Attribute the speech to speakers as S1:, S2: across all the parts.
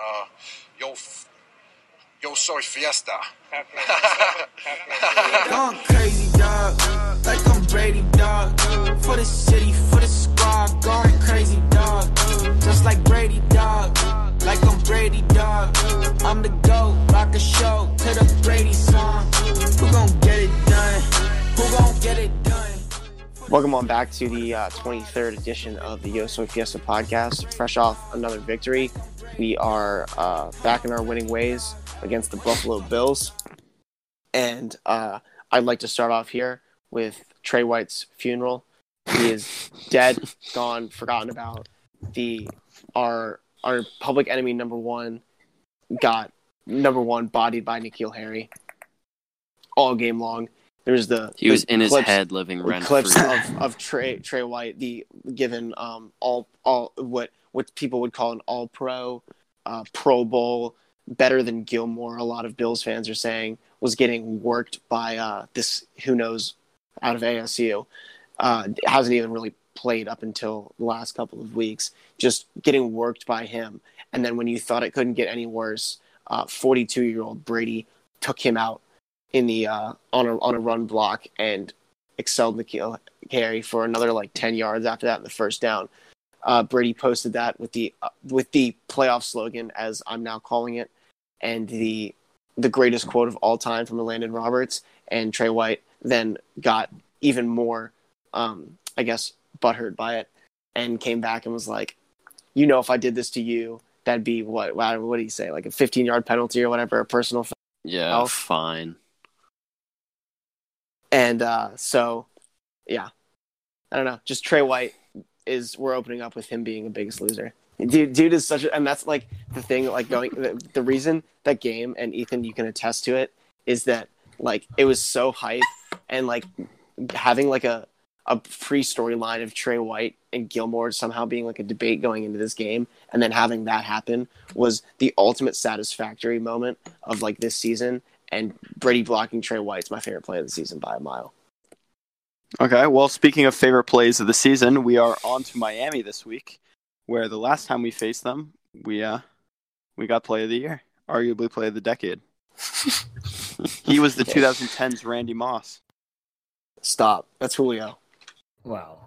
S1: uh, yo, f- yo soy fiesta.
S2: Going crazy, dog. Like I'm Brady, dog. For the city, for the squad. Going crazy, dog. Just like Brady, dog. Like I'm Brady, dog. I'm the GOAT. Rock a show to the Brady song. Who gon' get it done? Who gon' get it done?
S3: Welcome on back to the uh, 23rd edition of the Yo Soy Fiesta podcast. Fresh off another victory, we are uh, back in our winning ways against the Buffalo Bills. And uh, I'd like to start off here with Trey White's funeral. He is dead, gone, forgotten about. The our our public enemy number one got number one bodied by Nikhil Harry all game long. There's the
S4: He was
S3: the
S4: in his
S3: clips-
S4: head living rent
S3: clips
S4: free.
S3: of, of Trey Trey White, the given um all all what what people would call an all pro, uh, Pro Bowl, better than Gilmore. A lot of Bills fans are saying was getting worked by uh, this who knows out of ASU. Uh, hasn't even really played up until the last couple of weeks. Just getting worked by him, and then when you thought it couldn't get any worse, forty-two year old Brady took him out in the uh, on a on a run block and excelled Nikhil Harry for another like ten yards after that in the first down. Uh, Brady posted that with the uh, with the playoff slogan as I'm now calling it, and the the greatest quote of all time from Landon Roberts and Trey White. Then got even more, um, I guess, butthurt by it, and came back and was like, you know, if I did this to you, that'd be what? What what did he say? Like a 15 yard penalty or whatever, a personal
S4: Yeah,
S3: Oh.
S4: fine.
S3: And uh, so, yeah, I don't know. Just Trey White is we're opening up with him being a biggest loser. Dude, dude is such a, and that's like the thing. Like going, the, the reason that game and Ethan, you can attest to it, is that like it was so hype and like having like a a free storyline of Trey White and Gilmore somehow being like a debate going into this game, and then having that happen was the ultimate satisfactory moment of like this season. And Brady blocking Trey White's my favorite play of the season by a mile.
S5: Okay, well, speaking of favorite plays of the season, we are on to Miami this week, where the last time we faced them, we uh, we got play of the year, arguably play of the decade. he was the 2010s Randy Moss.
S3: Stop. That's Julio.
S6: Wow.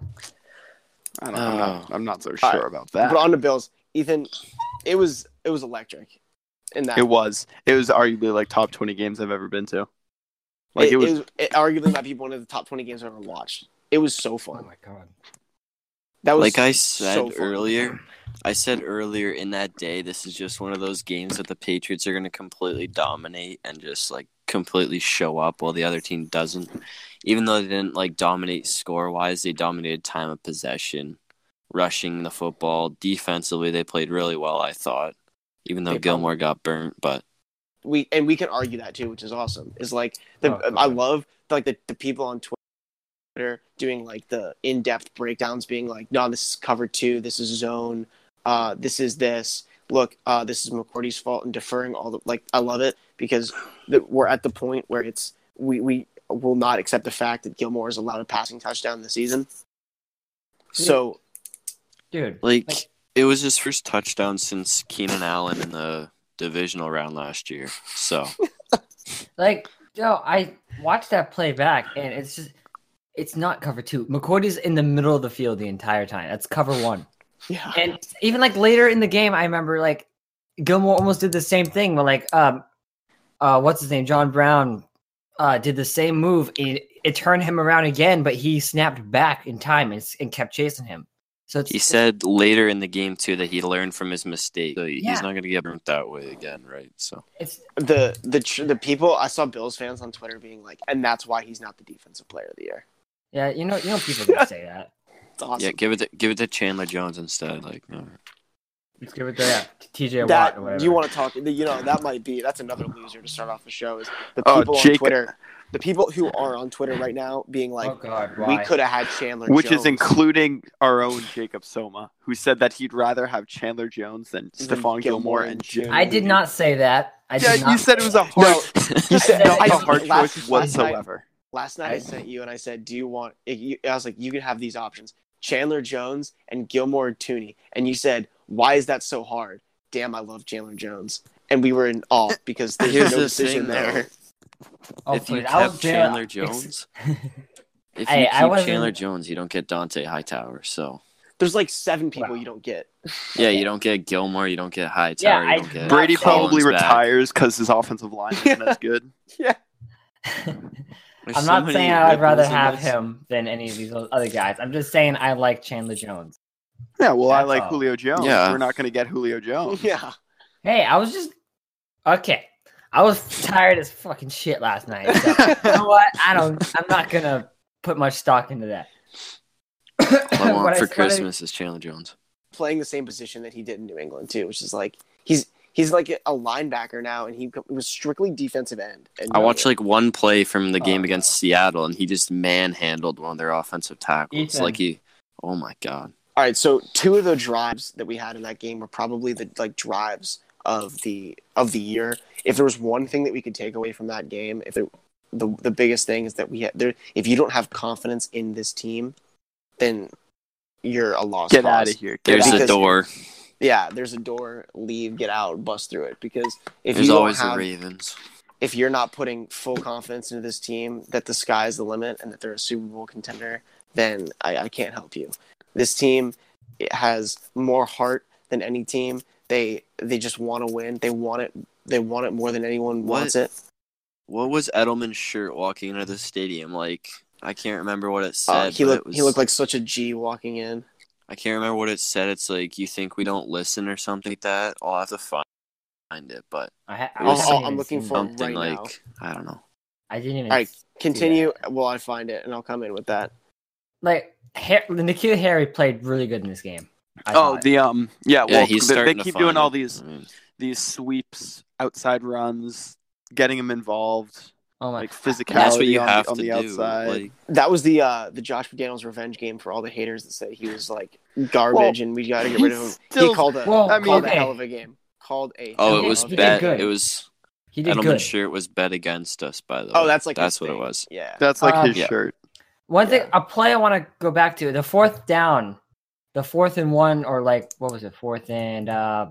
S5: I don't, I'm, not, I'm not so sure
S3: Alright,
S5: about that.
S3: Oh. But on the Bills, Ethan, it was it was electric. In that
S5: it was it was arguably like top 20 games I've ever been to. Like it, was,
S3: it, arguably might be one of the top twenty games I've ever watched. It was so
S6: Oh
S3: fun.
S6: my god.
S3: That was
S4: Like I
S3: so
S4: said
S3: fun.
S4: earlier, I said earlier in that day, this is just one of those games that the Patriots are going to completely dominate and just like completely show up while the other team doesn't. Even though they didn't like dominate score wise, they dominated time of possession, rushing the football. Defensively, they played really well, I thought, even though
S3: They
S4: Gilmore got burnt. But
S3: we and we can argue that too, which is awesome. Is like the
S6: Oh,
S3: I
S6: okay.
S3: love like the, the people on Twitter doing like the in depth breakdowns, being like, "No, this is cover two. This is zone. Uh, this is this. Look, uh, this is McCourty's fault," and deferring all the like. I love it because the, we're at the point where it's we we will not accept the fact that Gilmore is allowed a passing touchdown this season. So
S6: Dude.
S4: like,
S6: Like-
S4: it was his first touchdown since Keenan Allen in the divisional round last year. So.
S6: Like, yo, I watched that play back and it's just it's not cover two. McCourty's in the middle of the field the entire time. That's cover one.
S3: yeah,
S6: And even like later in the game, I remember like Gilmore almost did the same thing where like um uh what's his name? John Brown uh did the same move. It, it turned him around again, but he snapped back in time and, s- and kept chasing him. So it's,
S4: He said later in the game too that he learned from his mistake. So
S6: Yeah.
S4: he's not going to get burnt that way again, right? So
S6: it's
S3: the the tr- the people I saw Bills fans on Twitter being like, and that's why he's not the defensive player of the year.
S6: yeah, you know you know people gonna say that.
S3: It's awesome.
S4: yeah, give it to, give it to Chandler Jones instead. Like, no.
S6: Let's give it to yeah, TJ Watt or
S3: that
S6: whatever.
S3: you want to talk you know that might be that's another loser to start off the show is the
S5: Oh,
S3: people on
S5: Jacob.
S3: twitter the people who are on twitter right now being like
S6: oh god,
S3: we
S6: why?
S3: could have had chandler
S5: which
S3: Jones
S5: is including our own Jacob Soma, who said that he'd rather have Chandler Jones than Stephon Gilmore and Jim.
S6: I did not say that. I
S5: Yeah,
S6: did not
S5: you said it was a hard,
S3: No, you said-
S5: not
S6: I-
S5: a hard
S3: last-
S5: choice
S3: last night-
S5: whatsoever.
S3: last night i sent you and i said do you want if you- i was like you could have these options chandler jones and gilmore and tooney and you said why is that so hard damn, I love Chandler Jones. And we were in awe because there's
S4: Here's
S3: no
S4: the
S3: decision
S4: thing,
S3: there.
S6: Oh,
S4: if you
S6: dude,
S4: kept
S6: I was there-
S4: Chandler Jones, if you
S6: Hey, I
S4: keep
S6: wasn't-
S4: Chandler Jones, you don't get Dante Hightower. So
S3: There's like seven people
S6: Wow.
S3: you don't get.
S4: yeah, you don't get Gilmore, you don't get Hightower,
S6: Yeah, I-
S4: you don't get
S5: Brady
S6: Collins
S5: probably
S4: back.
S5: retires because his offensive line isn't as good.
S4: There's
S6: I'm
S4: so
S6: not
S4: many
S6: saying I'd rather
S4: ripples in
S6: have
S4: this.
S6: him than any of these other guys. I'm just saying I like Chandler Jones.
S5: Yeah, well, I
S6: That's
S5: like
S6: all.
S5: Julio Jones.
S4: Yeah.
S5: We're not going to get Julio Jones.
S3: Yeah.
S6: Hey, I was just okay. I was tired as fucking shit last night. so, you know what? I don't. I'm not gonna put much stock into that.
S4: All I
S6: What
S4: want
S6: I
S4: for
S6: started-
S4: Christmas is Chandler Jones.
S3: Playing the same position that he did in New England too, which is like he's he's like a linebacker now, and he was strictly defensive end. And
S4: I watched like one play from the game
S6: Oh,
S4: against
S6: no.
S4: Seattle, and he just manhandled one of their offensive tackles.
S6: Ethan.
S4: Like he, oh my god,
S3: All right, so two of the drives that we had in that game were probably the like drives of the of the year. If there was one thing that we could take away from that game, if it, the the biggest thing is that we had there, if you don't have confidence in this team, then you're a lost.
S5: Get
S3: cause.
S5: out of here. Get
S4: there's
S5: out.
S4: a
S3: Because-
S4: door.
S3: Yeah, there's a door. Leave, get out, bust through it. Because if
S4: There's
S3: you don't
S4: always the
S3: have,
S4: Ravens.
S3: if you're not putting full confidence into this team that the sky's the limit and that they're a Super Bowl contender, then I, I can't help you. This team has more heart than any team. They they just want to win. They want it. They want it more than anyone
S4: What?
S3: wants it.
S4: What was Edelman's shirt walking into the stadium like? I can't remember what it said.
S3: Uh, he
S4: but
S3: looked
S4: it was,
S3: he looked like such a G walking in.
S4: I can't remember what it said. It's like you think we don't listen or something like that. I'll have to find find it, but
S6: I ha-
S4: I'll-
S6: haven't
S4: I'll-
S6: even
S3: I'm looking
S6: seen
S3: for-
S6: that.
S4: something
S3: right
S4: like
S3: now.
S4: I don't know.
S6: I didn't even.
S3: All right, Continue while I find it, and I'll come in with that.
S6: Like Har- Nikhil Harry played really good in this game. I
S5: Oh,
S6: thought.
S5: the um, yeah.
S4: Yeah,
S5: Well,
S4: he's
S5: they, they
S4: starting to
S5: keep doing
S4: find
S5: all
S4: it. I
S5: these
S4: mean,
S5: these sweeps, outside runs, getting him involved,
S6: oh my.
S5: like physicality
S4: and that's what you
S5: on,
S4: have
S5: the, on
S4: to
S5: the
S4: do.
S5: outside.
S4: Like,
S3: That was the uh, the Josh McDaniels revenge game for all the haters that said he was like garbage and we got to get rid of him.
S5: he's still-
S3: he called a
S6: Well,
S5: I mean-
S3: called a
S6: okay.
S3: hell of a game. Called a
S4: oh,
S3: hell
S4: it
S6: did-
S4: was
S3: of a
S6: he did
S4: bet.
S6: good.
S4: It was
S6: he did
S4: Edelman's
S6: good.
S4: shirt was bet against us. By the way,
S3: Oh, that's like
S4: that's
S3: his
S4: what it
S3: thing.
S4: was.
S3: Yeah.
S5: That's like
S6: Uh,
S5: his
S4: Yeah.
S5: shirt.
S6: One thing,
S3: Yeah.
S6: a play I want to go back to the fourth down, the fourth and one, or like what was it, fourth and uh,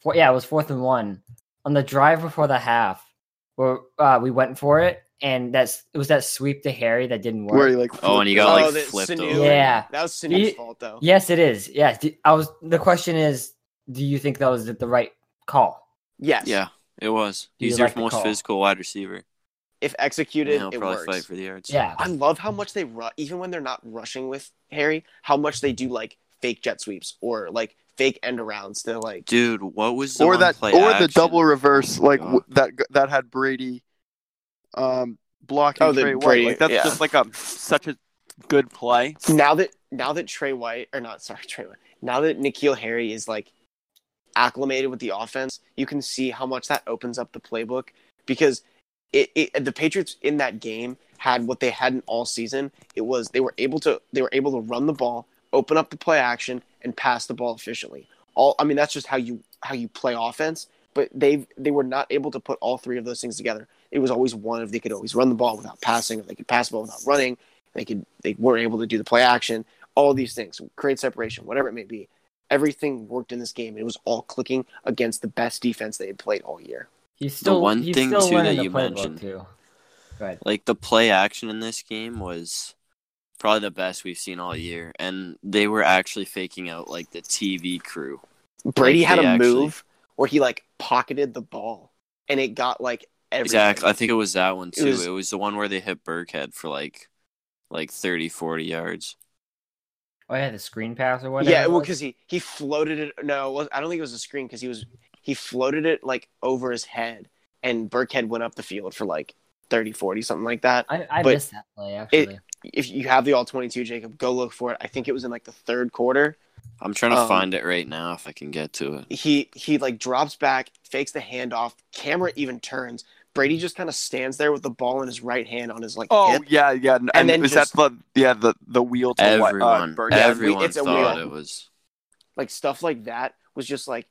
S6: four, yeah, it was fourth and one on the drive before the half where uh, we went for it, and that's it was that sweep to Harry that didn't work.
S5: Where he like.
S4: Oh, and he got
S3: Oh,
S4: like
S3: the
S4: flipped
S3: sinew.
S4: over.
S6: Yeah.
S3: That was Sinu's
S6: He-
S3: fault though.
S6: yes, it is. Yes, d- I was. The question is, do you think that was the right call?
S3: Yes.
S4: Yeah, it was.
S6: You
S4: He's their
S6: like the
S4: most
S6: call.
S4: physical wide receiver.
S3: If
S4: And
S3: executed,
S4: he'll
S3: it
S4: probably
S3: works.
S4: fight for the yards.
S6: Yeah,
S3: I love how much they ru- even when they're not rushing with Harry, how much they do like fake jet sweeps or like fake end arounds. They're like
S4: Dude, what was the
S5: or
S4: one
S5: that
S4: play
S5: or the
S4: action?
S5: double reverse like
S4: God.
S5: w- that that had Brady um blocking
S3: Oh, the
S5: Trey White.
S3: Brady-
S5: like that's
S3: yeah.
S5: just like a such a good play.
S3: now that now that Trey White or not sorry Trey White now that Nikhil Harry is like acclimated with the offense, you can see how much that opens up the playbook because it, it the Patriots in that game had what they hadn't all season. It was they were able to they were able to run the ball, open up the play action, and pass the ball efficiently. All I mean that's just how you how you play offense. But they they were not able to put all three of those things together. It was always one of they could always run the ball without passing, or they could pass the ball without running. They could they were able to do the play action, all these things, create separation, whatever it may be. Everything worked in this game. It was all clicking against the best defense they had played all year.
S6: he's still
S4: one
S6: he's
S4: thing,
S6: still
S4: too,
S6: learning
S4: that
S6: the
S4: you
S6: playbook,
S4: mentioned.
S6: too. Right.
S4: Like the play action in this game was probably the best we've seen all year, and they were actually faking out like the TV crew.
S3: Brady
S4: Like,
S3: had
S4: they
S3: a
S4: actually-
S3: move where he like pocketed the ball, and it got like everything.
S4: Exactly. I think it was that one too. It
S3: was-
S4: was, the one where they hit Burkhead for like like 30, 40 yards.
S6: Oh yeah, the screen pass or whatever.
S3: Yeah,
S6: it
S3: well,
S6: was.
S3: because he he floated it. No, it was, I don't think it was a screen because he was he floated it like over his head, and Burkhead went up the field for like 30, 40, something like that.
S6: I, I
S3: but
S6: missed that play actually.
S3: If you have the all twenty two, Jacob, go look for it. I think it was in like the third quarter.
S4: I'm trying to
S3: Um,
S4: find it right now if I can get to it.
S3: he he like drops back, fakes the handoff. Camera even turns. Brady just kind of stands there with the ball in his right hand on his like
S5: Oh
S3: hip.
S5: yeah, yeah. And,
S3: And then
S5: is
S3: just-
S5: that the yeah the the wheel to what, uh,
S4: Everyone,
S5: Burkhead?
S3: yeah, we-
S4: everyone
S3: it's a
S4: thought
S3: wheel.
S4: it was.
S3: Like stuff like that was just like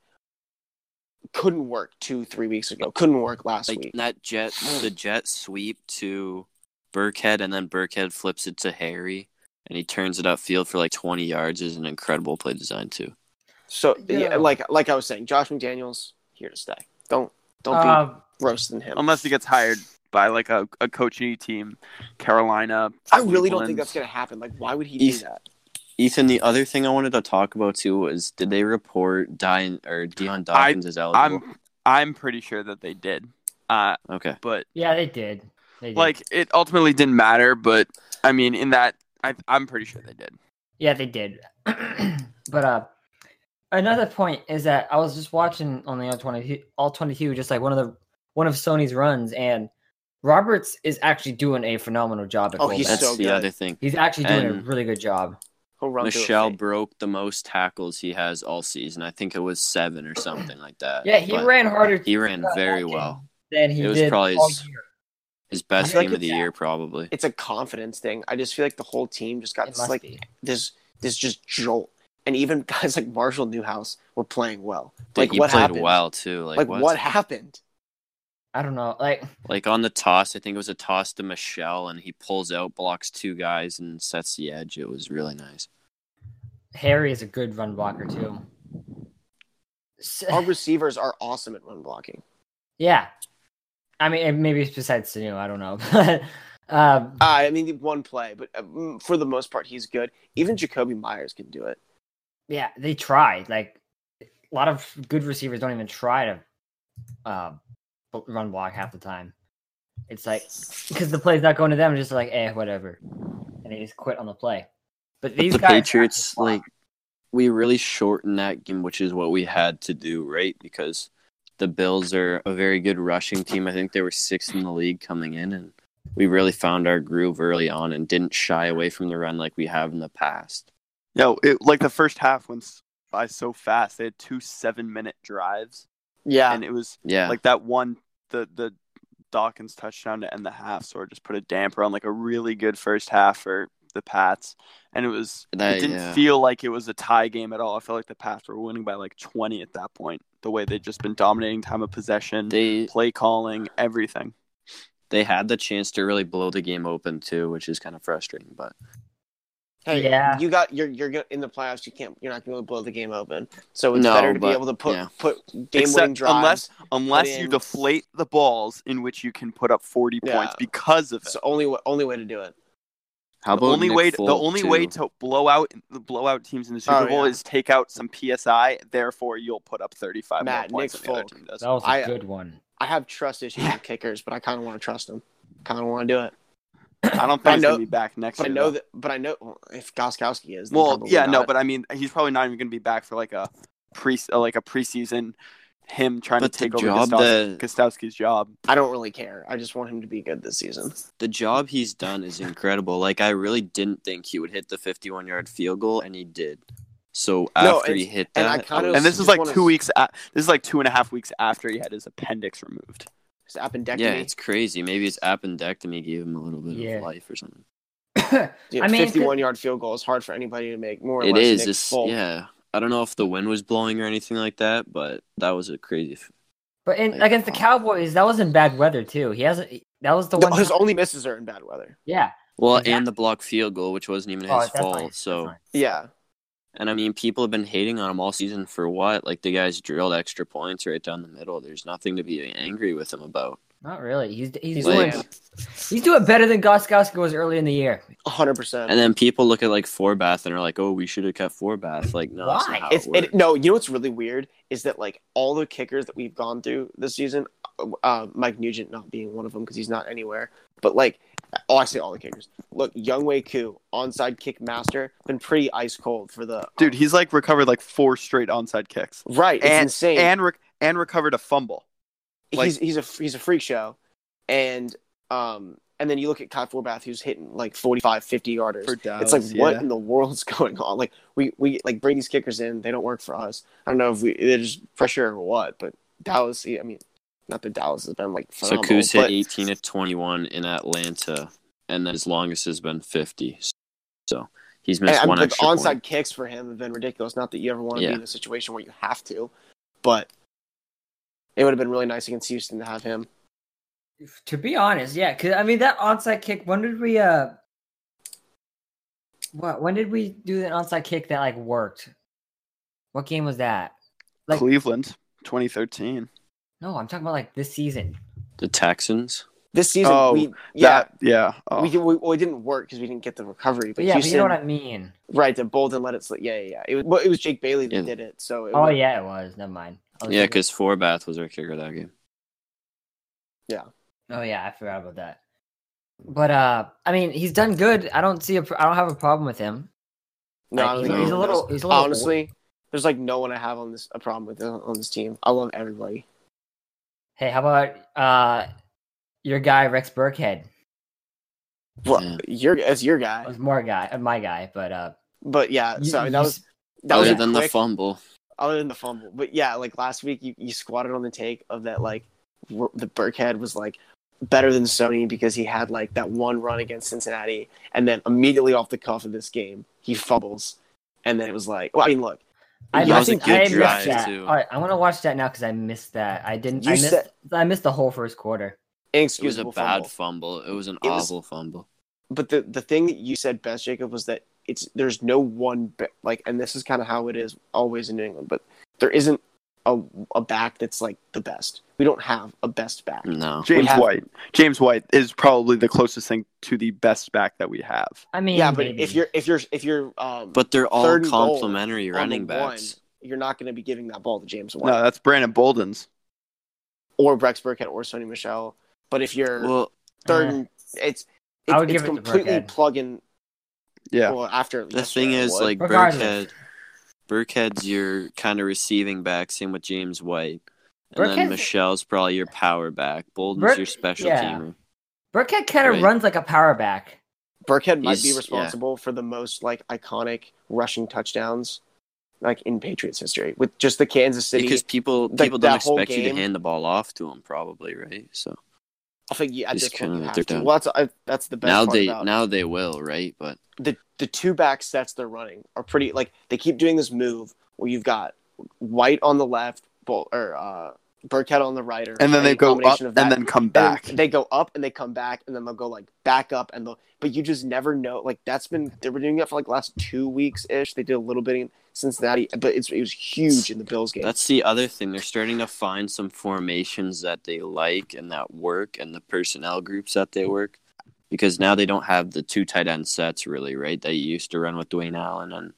S3: couldn't work two three weeks ago. Couldn't work last
S4: like
S3: week.
S4: that jet the jet sweep to Burkhead and then Burkhead flips it to Harry and he turns it upfield for like 20 yards is an incredible play design too.
S3: So yeah.
S6: Yeah.
S3: like like I was saying, Josh McDaniels here to stay. Don't don't be
S6: Um,
S3: roasting him.
S5: Unless he gets hired by like a, a coaching team, Carolina.
S3: I really don't
S5: Cleveland.
S3: think that's gonna happen. Like, why would he
S4: He's-
S3: do that?
S4: Ethan, the other thing I wanted to talk about too was did they report Dion or Deion Dawkins is eligible?
S5: I'm I'm pretty sure that they did. Uh,
S4: okay.
S5: but
S6: yeah, they did. They did.
S5: like it ultimately didn't matter. But I mean, in that I, I'm pretty sure they did.
S6: Yeah, they did. but uh another point is that I was just watching on the all twenty all twenty two, just like one of the one of Sony's runs, and Roberts is actually doing a phenomenal job at
S3: Oh, he's
S6: goalback.
S4: That's
S3: so
S4: the
S3: good.
S4: other thing.
S6: He's actually doing a
S4: And-
S6: really good job.
S3: He'll run through a
S4: Michelle
S3: fake.
S4: broke the most tackles he has all season. I think it was seven or something like that.
S6: Yeah, he
S4: Uh, but
S6: ran harder.
S4: He ran
S6: that
S4: very
S6: game
S4: well.
S6: Than he
S4: It was
S6: did
S4: probably
S6: all
S4: his-
S6: year.
S4: His best
S6: feel like
S4: game of the
S6: it's-
S4: year, probably.
S3: It's a confidence thing. I just feel like the whole team just got
S6: It
S3: this,
S6: must
S3: like
S6: be.
S3: this this just jolt, and even guys like Marshall Newhouse were playing well.
S4: Dude,
S3: Like
S4: he
S3: what
S4: played
S3: happened?
S4: well too. Like,
S3: Like
S4: what?
S3: what happened?
S6: I don't know. Like
S4: Like on the toss, I think it was a toss to Michelle, and he pulls out, blocks two guys, and sets the edge. It was really nice.
S6: Harry is a good run blocker too. S-
S3: Our receivers are awesome at run blocking.
S6: yeah, I mean, and maybe it's besides Sanu, I don't know, but um,
S3: Uh, I mean, one play, but um, for the most part, he's good. Even Jacoby Myers can do it.
S6: yeah, they tried. Like a lot of good receivers don't even try to uh, b- run block half the time. It's like because the play's not going to them, just like eh, whatever, and they just quit on the play. But
S4: But
S6: these
S4: the
S6: guys
S4: Patriots,
S6: actually-
S4: like, we really shortened that game, which is what we had to do, right? Because the Bills are a very good rushing team. I think they were sixth in the league coming in, and we really found our groove early on and didn't shy away from the run like we have in the past.
S5: Yo, it, like the first half went s- by so fast. They had two seven-minute drives,
S3: Yeah,
S5: and it was
S4: Yeah,
S5: like that one, the the Dawkins touchdown to end the half, sort of just put a damper on like a really good first half for the Pats, and it was
S4: That-
S5: it didn't
S4: yeah.
S5: feel like it was a tie game at all. I felt like the Pats were winning by like twenty at that point. The way they'd just been dominating time of possession,
S4: they
S5: play calling, everything.
S4: they had the chance to really blow the game open too, which is kind of frustrating. But
S3: hey,
S6: Yeah.
S3: you got you're you're go- in the playoffs. You can't. You're not going to blow the game open. So it's
S4: No,
S3: better to be
S4: but-
S3: able to put
S4: yeah.
S3: put game winning
S5: Except
S3: drives.
S5: unless unless
S3: in-
S5: you deflate the balls in which you can put up forty
S3: Yeah.
S5: points because of it.
S3: it's the only wa- only way to do it.
S4: how
S5: the
S4: about
S5: only
S4: Nick
S5: way to, the
S4: Folk,
S5: only
S4: too?
S5: way to blow out the blowout teams in the
S3: Oh,
S5: Super Bowl
S3: yeah.
S5: is take out some PSI. Therefore, you'll put up thirty five more
S3: Matt,
S5: points
S3: Nick
S5: than the other
S3: Folk.
S5: team does.
S6: that was a
S3: I-
S6: good one.
S3: I have trust issues with kickers, but I kind of want to trust them. Kind of want to do it.
S5: I don't
S3: But I
S5: think he's
S3: know-
S5: gonna be back next
S3: But I
S5: year.
S3: know
S5: though.
S3: that. But I know well, if Goskowski is. then
S5: Well,
S3: probably
S5: yeah, no,
S3: not.
S5: but I mean, he's probably not even gonna be back for like a pre uh, like a preseason. Him trying
S4: But
S5: to take
S4: the
S5: over
S4: job that-
S5: Gostos- Gostowski's job.
S3: I don't really care. I just want him to be good this season.
S4: the job he's done is incredible. Like I really didn't think he would hit the 51 yard field goal, and he did. So
S3: No,
S4: after
S3: and-
S4: he hit
S3: and
S4: that,
S3: I kinda
S4: was-
S5: And this
S3: Just
S5: is like
S3: wanna-
S5: two weeks. A- this is like two and a half weeks after he had his appendix removed.
S3: His appendectomy.
S4: yeah, it's crazy. Maybe his appendectomy gave him a little bit
S6: Yeah.
S4: of life or something.
S3: Dude,
S6: I mean,
S3: 51 yard field goal is hard for anybody to make. More or
S4: It
S3: less
S4: is.
S3: Nick
S4: It's
S3: Folk.
S4: yeah. I don't know if the wind was blowing or anything like that, but that was a crazy. f-
S6: But in,
S4: Like, uh,
S6: against the
S4: wow.
S6: Cowboys, that was in bad weather too. He hasn't. That was the
S3: The-
S6: one.
S3: his
S6: time-
S3: only misses are in bad weather.
S6: yeah.
S4: Well,
S6: Exactly.
S4: and the block field goal, which wasn't even
S6: Oh,
S4: his
S6: that's
S4: fault.
S6: fine, that's
S4: So,
S6: fine.
S3: Yeah,
S4: and I mean, people have been hating on him all season for what? Like the guys drilled extra points right down the middle. There's nothing to be angry with him about.
S6: not really. He's he's,
S3: He's
S6: doing
S4: like-
S6: he's doing better than Goskowski was early in the year.
S3: 100. percent
S4: And then people look at like Forbath and are like, "Oh, we should have kept Forbath." Like, no, that's
S6: Why?
S4: not how
S3: It's
S4: it
S3: it,
S4: works.
S3: no. You know what's really weird is that like all the kickers that we've gone through this season, uh, uh, Mike Nugent not being one of them because he's not anywhere. But like, oh, I say all the kickers. Look, Young Wei Koo, onside kick master, been pretty ice cold for the
S5: Dude, he's like recovered like four straight onside kicks.
S3: Right, it's
S5: and
S3: insane.
S5: and rec- and recovered a fumble. like-
S3: he's he's a he's a freak show, and um and then you look at Kyle Forbath who's hitting like 45, 50 yarders.
S5: Dallas,
S3: It's like what in the world's going on? Like we we like Brady's kickers in, they don't work for us. I don't know if we there's pressure or what, but Dallas. I mean, not that Dallas has been like
S4: So
S3: phenomenal.
S4: Coos hit
S3: but-
S4: 18 of 21 in Atlanta, and then his longest has been 50. So he's
S3: and,
S4: missed
S3: I mean,
S4: one
S3: the
S4: extra
S3: onside
S4: point.
S3: kicks for him have been ridiculous. Not that you ever want to
S4: Yeah.
S3: be in a situation where you have to, but it would have been really nice against Houston to have him.
S6: To be honest, yeah. Cause I mean that onside kick. When did we uh? What? When did we do the onside kick that like worked? What game was that? Like-
S5: Cleveland, 2013.
S6: No, I'm talking about like this season.
S4: The Texans.
S3: This season,
S5: Oh,
S3: we yeah,
S5: That- yeah. Oh.
S3: we, we well, it didn't work because we didn't get the recovery. But,
S6: But yeah, but
S3: Houston,
S6: you know what I mean.
S3: right? The Bolden let it slip. Yeah, yeah, yeah. It was, well, it was Jake Bailey that
S4: Yeah.
S3: did it. So it
S6: Oh
S3: was-
S6: yeah, it was. Never mind. I was
S4: Yeah,
S6: thinking-
S4: because Forbath was our kicker that game.
S6: Oh yeah, I forgot about that. But uh, I mean, he's done good. I don't see a. Pr- I don't have a problem with him.
S3: no, I don't
S6: Like,
S3: think
S4: he's-
S6: he's a
S3: anyone
S6: little.
S3: does.
S6: He's a little.
S3: Honestly, there's like no one I have on this a problem with uh, on on this team. I love everybody.
S6: Hey, how about uh, your guy Rex Burkhead?
S3: Well,
S4: Yeah.
S3: your as your guy,
S6: It was more guy, uh, my guy, but uh,
S3: but yeah.
S6: you-
S3: So I mean, that
S6: you
S3: was
S6: s-
S3: that was
S4: Other
S3: a
S4: than the
S3: quick-
S4: fumble.
S3: other than the fumble. But yeah, like last week, you, you squatted on the take of that like r- the Burkhead was like better than Sony because he had like that one run against Cincinnati, and then immediately off the cuff of this game, he fumbles, and then it was like, well, I mean, look,
S6: I,
S4: That was
S6: missed,
S4: a
S6: think
S4: good
S6: I missed
S4: drive,
S6: that.
S4: too.
S6: All right, I want to watch that now because I missed that. I didn't.
S3: You
S6: I missed.
S3: said-
S6: I missed the whole first quarter.
S4: It was a
S3: inexcusable
S4: bad
S3: fumble.
S4: fumble. It was an
S3: It was-
S4: awful fumble.
S3: But the the thing that you said best, Jacob, was that it's there's no one ba- like, and this is kind of how it is always in New England, but there isn't a a back that's like the best. We don't have a best back.
S4: No.
S5: James
S3: we have-
S5: White. James White is probably the closest thing to the best back that we have.
S6: I mean,
S3: Yeah, but
S6: maybe.
S3: if you're if you're if you're um
S4: But they're all
S3: Third and goal
S4: complimentary
S3: on the
S4: running backs.
S3: One, you're not going to be giving that ball to James White
S5: No, that's Brandon Bolden's.
S3: or Brex Burkhead or Sony Michelle. But if you're
S4: Well,
S3: third,
S6: Eh.
S3: and it's
S6: I would
S3: it's
S6: give it to
S3: completely
S6: Burkhead.
S3: plugging.
S5: Yeah.
S3: Well, after
S4: the thing
S3: yesterday, I
S4: is,
S3: would.
S4: like,
S6: Regardless.
S4: Burkhead, Burkhead's your kind of receiving back, same with James White. And
S6: Burkhead's-
S4: then Michelle's probably your power back. Bolden's
S6: Burk-
S4: your special
S6: yeah.
S4: teamer.
S6: Burkhead kind of
S4: Right.
S6: runs like a power back.
S3: Burkhead might be
S4: he's-
S3: responsible for the most like iconic rushing touchdowns, like in Patriots history, with just the Kansas City.
S4: Because people
S3: like,
S4: people don't
S3: that whole
S4: expect you
S3: game-
S4: to hand the ball off to him, probably, right? So
S3: I think you, at
S4: he's
S3: this point,
S4: kinda
S3: you
S4: like
S3: have
S4: they're
S3: to.
S4: done.
S3: Well, that's, I, that's the best.
S4: now
S3: part
S4: they
S3: about
S4: now they will, right? But
S3: the the two back sets they're running are pretty like they keep doing this move where you've got White on the left, Bull, or uh, Burkhead on the right, or
S5: And then they
S3: any
S5: go up
S3: combination of
S5: and
S3: that.
S5: then come
S3: And then
S5: back.
S3: they go up and they come back, and then they'll go like back up and they'll. But you just never know. Like that's been they were doing that for like last two weeks ish. They did a little bit in Cincinnati, but it's it was huge in the Bills game.
S4: That's the other thing. They're starting to find some formations that they like and that work and the personnel groups that they work because now they don't have the two tight end sets really, right? They used to run with Dwayne Allen and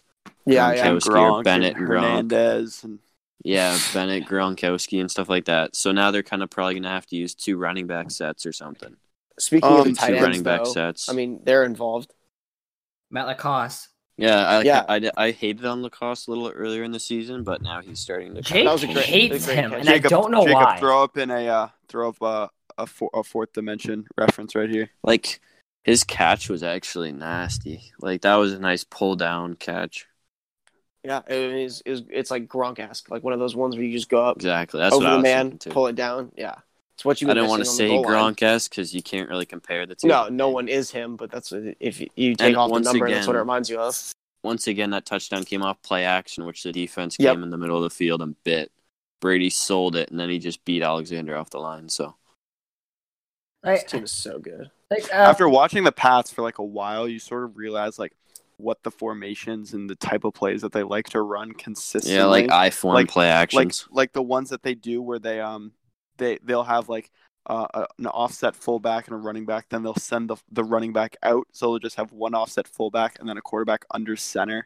S3: yeah,
S4: Gronk
S3: yeah.
S4: out.
S5: And
S4: Kowski or
S5: Gronk
S4: Bennett
S5: and
S4: and Gronk.
S5: Hernandez. And,
S4: yeah, Bennett Gronkowski and stuff like that. So now they're kind of probably going to have to use two running back sets or something.
S3: Speaking
S5: Um,
S3: of the
S4: Two
S3: tight ends,
S4: running back
S3: though,
S4: sets.
S3: I mean they're involved.
S6: Matt Lacoste.
S4: yeah, I,
S3: Yeah.
S4: I, I hated on Lacoste a little earlier in the season, but now he's starting to
S6: Jake
S3: That was a great-
S6: hates
S3: a great
S6: him,
S3: catch.
S6: and I don't know
S5: Jacob,
S6: why.
S5: throw up in a uh, throw up uh, a, four, a fourth dimension reference right here.
S4: like his catch was actually nasty. Like that was a nice pull down catch.
S3: Yeah, it is, it was, it's like Gronk esque, like one of those ones where you just go up,
S4: Exactly. That's
S3: over
S4: what I
S3: the
S4: was
S3: man,
S4: thinking too.
S3: pull it down. Yeah, it's what you.
S4: I don't want to say Gronk
S3: Gronk.
S4: esque because you can't really compare the two.
S3: No, no one is him, but that's what, if you- you take
S4: And
S3: off the
S4: once
S3: number, that's what it
S4: again-
S3: reminds you of.
S4: Once again, that touchdown came off play action, which the defense
S3: Yep.
S4: came in the middle of the field and bit. Brady sold it, and then he just beat Alexander off the line. So
S3: This
S6: Like,
S3: team is so good.
S6: like, uh,
S5: After watching the Pats for like a while, you sort of realize like what the formations and the type of plays that they like to run consistently.
S4: yeah, like I form
S5: Like-
S4: play
S5: like
S4: actions.
S5: like the ones that they do where they um they they'll have like uh, a, an offset fullback and a running back then they'll send the the running back out so they'll just have one offset fullback and then a quarterback under center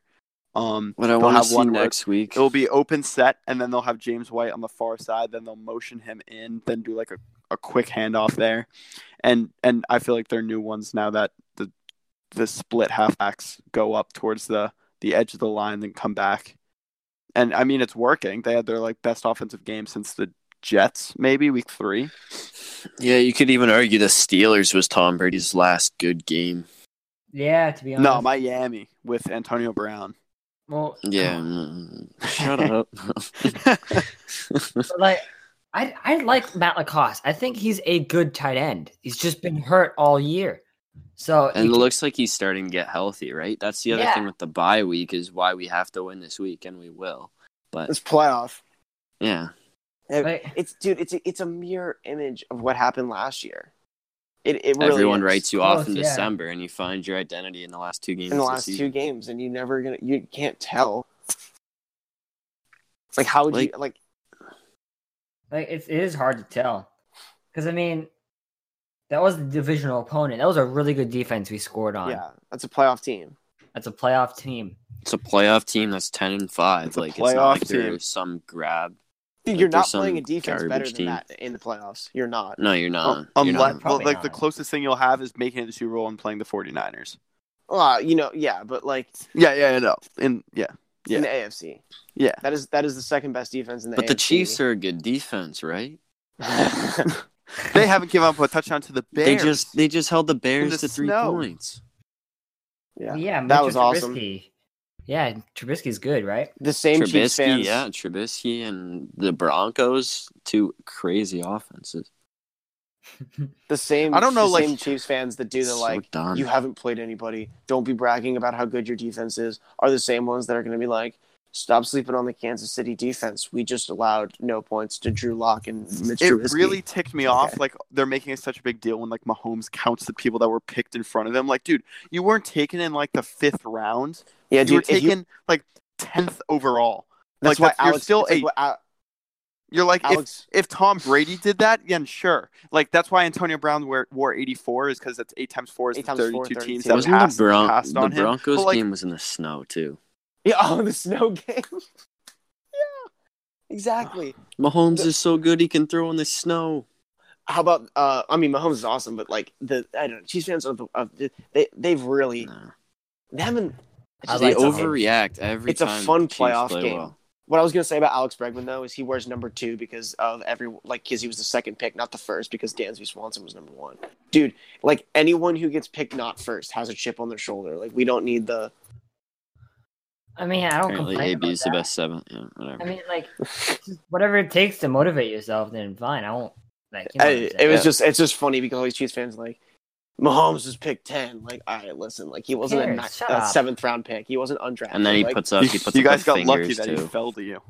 S5: um
S4: what I
S5: they'll
S4: want to
S5: have
S4: see
S5: one where
S4: next week.
S5: it'll be open set and then they'll have James White on the far side then they'll motion him in then do like a, a quick handoff there and and I feel like they're new ones now that the the split halfbacks go up towards the the edge of the line then come back and I mean it's working they had their like best offensive game since the Jets maybe week 3
S4: Yeah, you could even argue the Steelers was Tom Brady's last good game.
S6: yeah, to be honest.
S5: no Miami with Antonio Brown
S6: well,
S4: Yeah, mm, shut up.
S6: But, like I I like Matt Lacoste. I think he's a good tight end. He's just been hurt all year. So
S4: And
S6: you
S4: it
S6: can-
S4: looks like he's starting to get healthy, right? That's the other
S6: Yeah.
S4: thing with the bye week is why we have to win this week, and we will. But
S3: It's playoff.
S4: yeah,
S6: like,
S3: It's dude. It's a, it's a mirror image of what happened last year. It it really
S4: everyone
S3: is.
S4: writes you
S6: Close,
S4: off in
S6: yeah.
S4: December, and you find your identity in the last two games.
S3: in the
S4: of
S3: last two
S4: season.
S3: games, and you never gonna you can't tell. It's like how would
S4: Like-
S3: you like?
S6: Like it's, it is hard to tell, because I mean, that was the divisional opponent. That was a really good defense we scored on.
S3: Yeah, that's a playoff team.
S6: That's a playoff team.
S4: It's a playoff team that's ten and five.
S5: It's a
S4: like it's not like
S5: playoff
S4: they're
S5: team.
S4: some grab.
S3: Dude, you're
S4: Like,
S3: not
S4: there's
S3: playing a
S4: some
S3: defense better
S4: garbage
S3: than
S4: team.
S3: that in the playoffs. You're not.
S4: No, you're not.
S5: Um,
S4: You're
S5: unless,
S4: not.
S5: well,
S6: Probably
S5: like
S6: not.
S5: the closest thing you'll have is making it to Super Bowl and playing the 49ers.
S3: Well, you know, yeah, but like
S5: Yeah, yeah, I know. And yeah, Yeah.
S3: in the AFC,
S5: yeah.
S3: that is that is the second best defense in the.
S4: But the Chiefs are a good defense, right?
S5: They haven't given up a touchdown to the Bears.
S4: They just they just held the Bears to
S5: the
S4: three
S5: snow.
S4: points.
S3: yeah.
S6: yeah
S3: that
S6: Mitchell
S3: was awesome.
S6: Trubisky. Yeah, Trubisky's good, right?
S3: The same Chiefs
S4: Trubisky,
S3: fans.
S4: yeah, Trubisky and the Broncos, two crazy offenses.
S3: The same.
S5: I don't know,
S3: the
S5: like-
S3: same Chiefs fans that do the
S4: So
S3: like.
S4: done.
S3: You haven't played anybody. Don't be bragging about how good your defense is. Are the same ones that are going to be like, stop sleeping on the Kansas City defense. We just allowed no points to Drew Lock and Mitch
S5: it
S3: Trubisky.
S5: really ticked me off.
S3: Okay.
S5: Like they're making it such a big deal when like Mahomes counts the people that were picked in front of him. Like, dude, you weren't taken in like the fifth round.
S3: yeah,
S5: you were
S3: dude. if
S5: taken
S3: you,
S5: like tenth overall.
S3: that's
S5: like,
S3: why
S5: that's- you're
S3: Alex,
S5: still
S3: it's like
S5: a-
S3: what Al-
S5: You're like, if,
S3: Alex.
S5: if Tom Brady did that, then sure. Like that's why Antonio Brown wore, wore 84 is because that's eight times four is
S3: Eight
S5: the
S3: times four,
S5: 32 teams
S3: 32.
S5: that
S4: Wasn't
S5: passed,
S4: the, Bron-
S5: passed
S4: the
S5: on him.
S4: Broncos
S5: But, like-
S4: game was in the snow too.
S3: Yeah, oh, the snow game. yeah, exactly.
S4: Mahomes
S3: The-
S4: is so good he can throw in the snow.
S3: How about? uh I mean, Mahomes is awesome, but like the I don't know. Chiefs fans are the uh, they they've really
S4: Nah.
S3: they haven't.
S6: I
S4: They
S6: like that game.
S4: overreact every
S3: It's a
S4: time.
S3: fun
S4: the Chiefs
S3: playoff
S4: play
S3: game.
S4: well.
S3: What I was gonna say about Alex Bregman though is he wears number two because of every like because he was the second pick, not the first, because Dansby Swanson was number one. Dude, like anyone who gets picked not first has a chip on their shoulder. Like we don't need the
S6: I mean, I don't
S4: Apparently,
S6: complain.
S4: AB
S6: about
S4: is the
S6: that.
S4: best seven. Yeah, whatever.
S6: I mean, like whatever it takes to motivate yourself, then fine. I won't. Like, you know
S3: I,
S6: what I'm
S3: it
S6: saying.
S3: was just it's just funny because all these Chiefs fans are like Mahomes was picked ten. Like, all right, listen, like he wasn't a,
S6: cares?
S3: ni-
S6: Shut
S3: a
S6: up.
S3: seventh round pick. He wasn't undrafted.
S4: and then he
S3: like,
S4: puts up. He
S5: You,
S4: puts
S5: you
S4: up
S5: guys
S4: the
S5: got lucky
S4: fingers
S5: that he
S4: too.
S5: fell to you.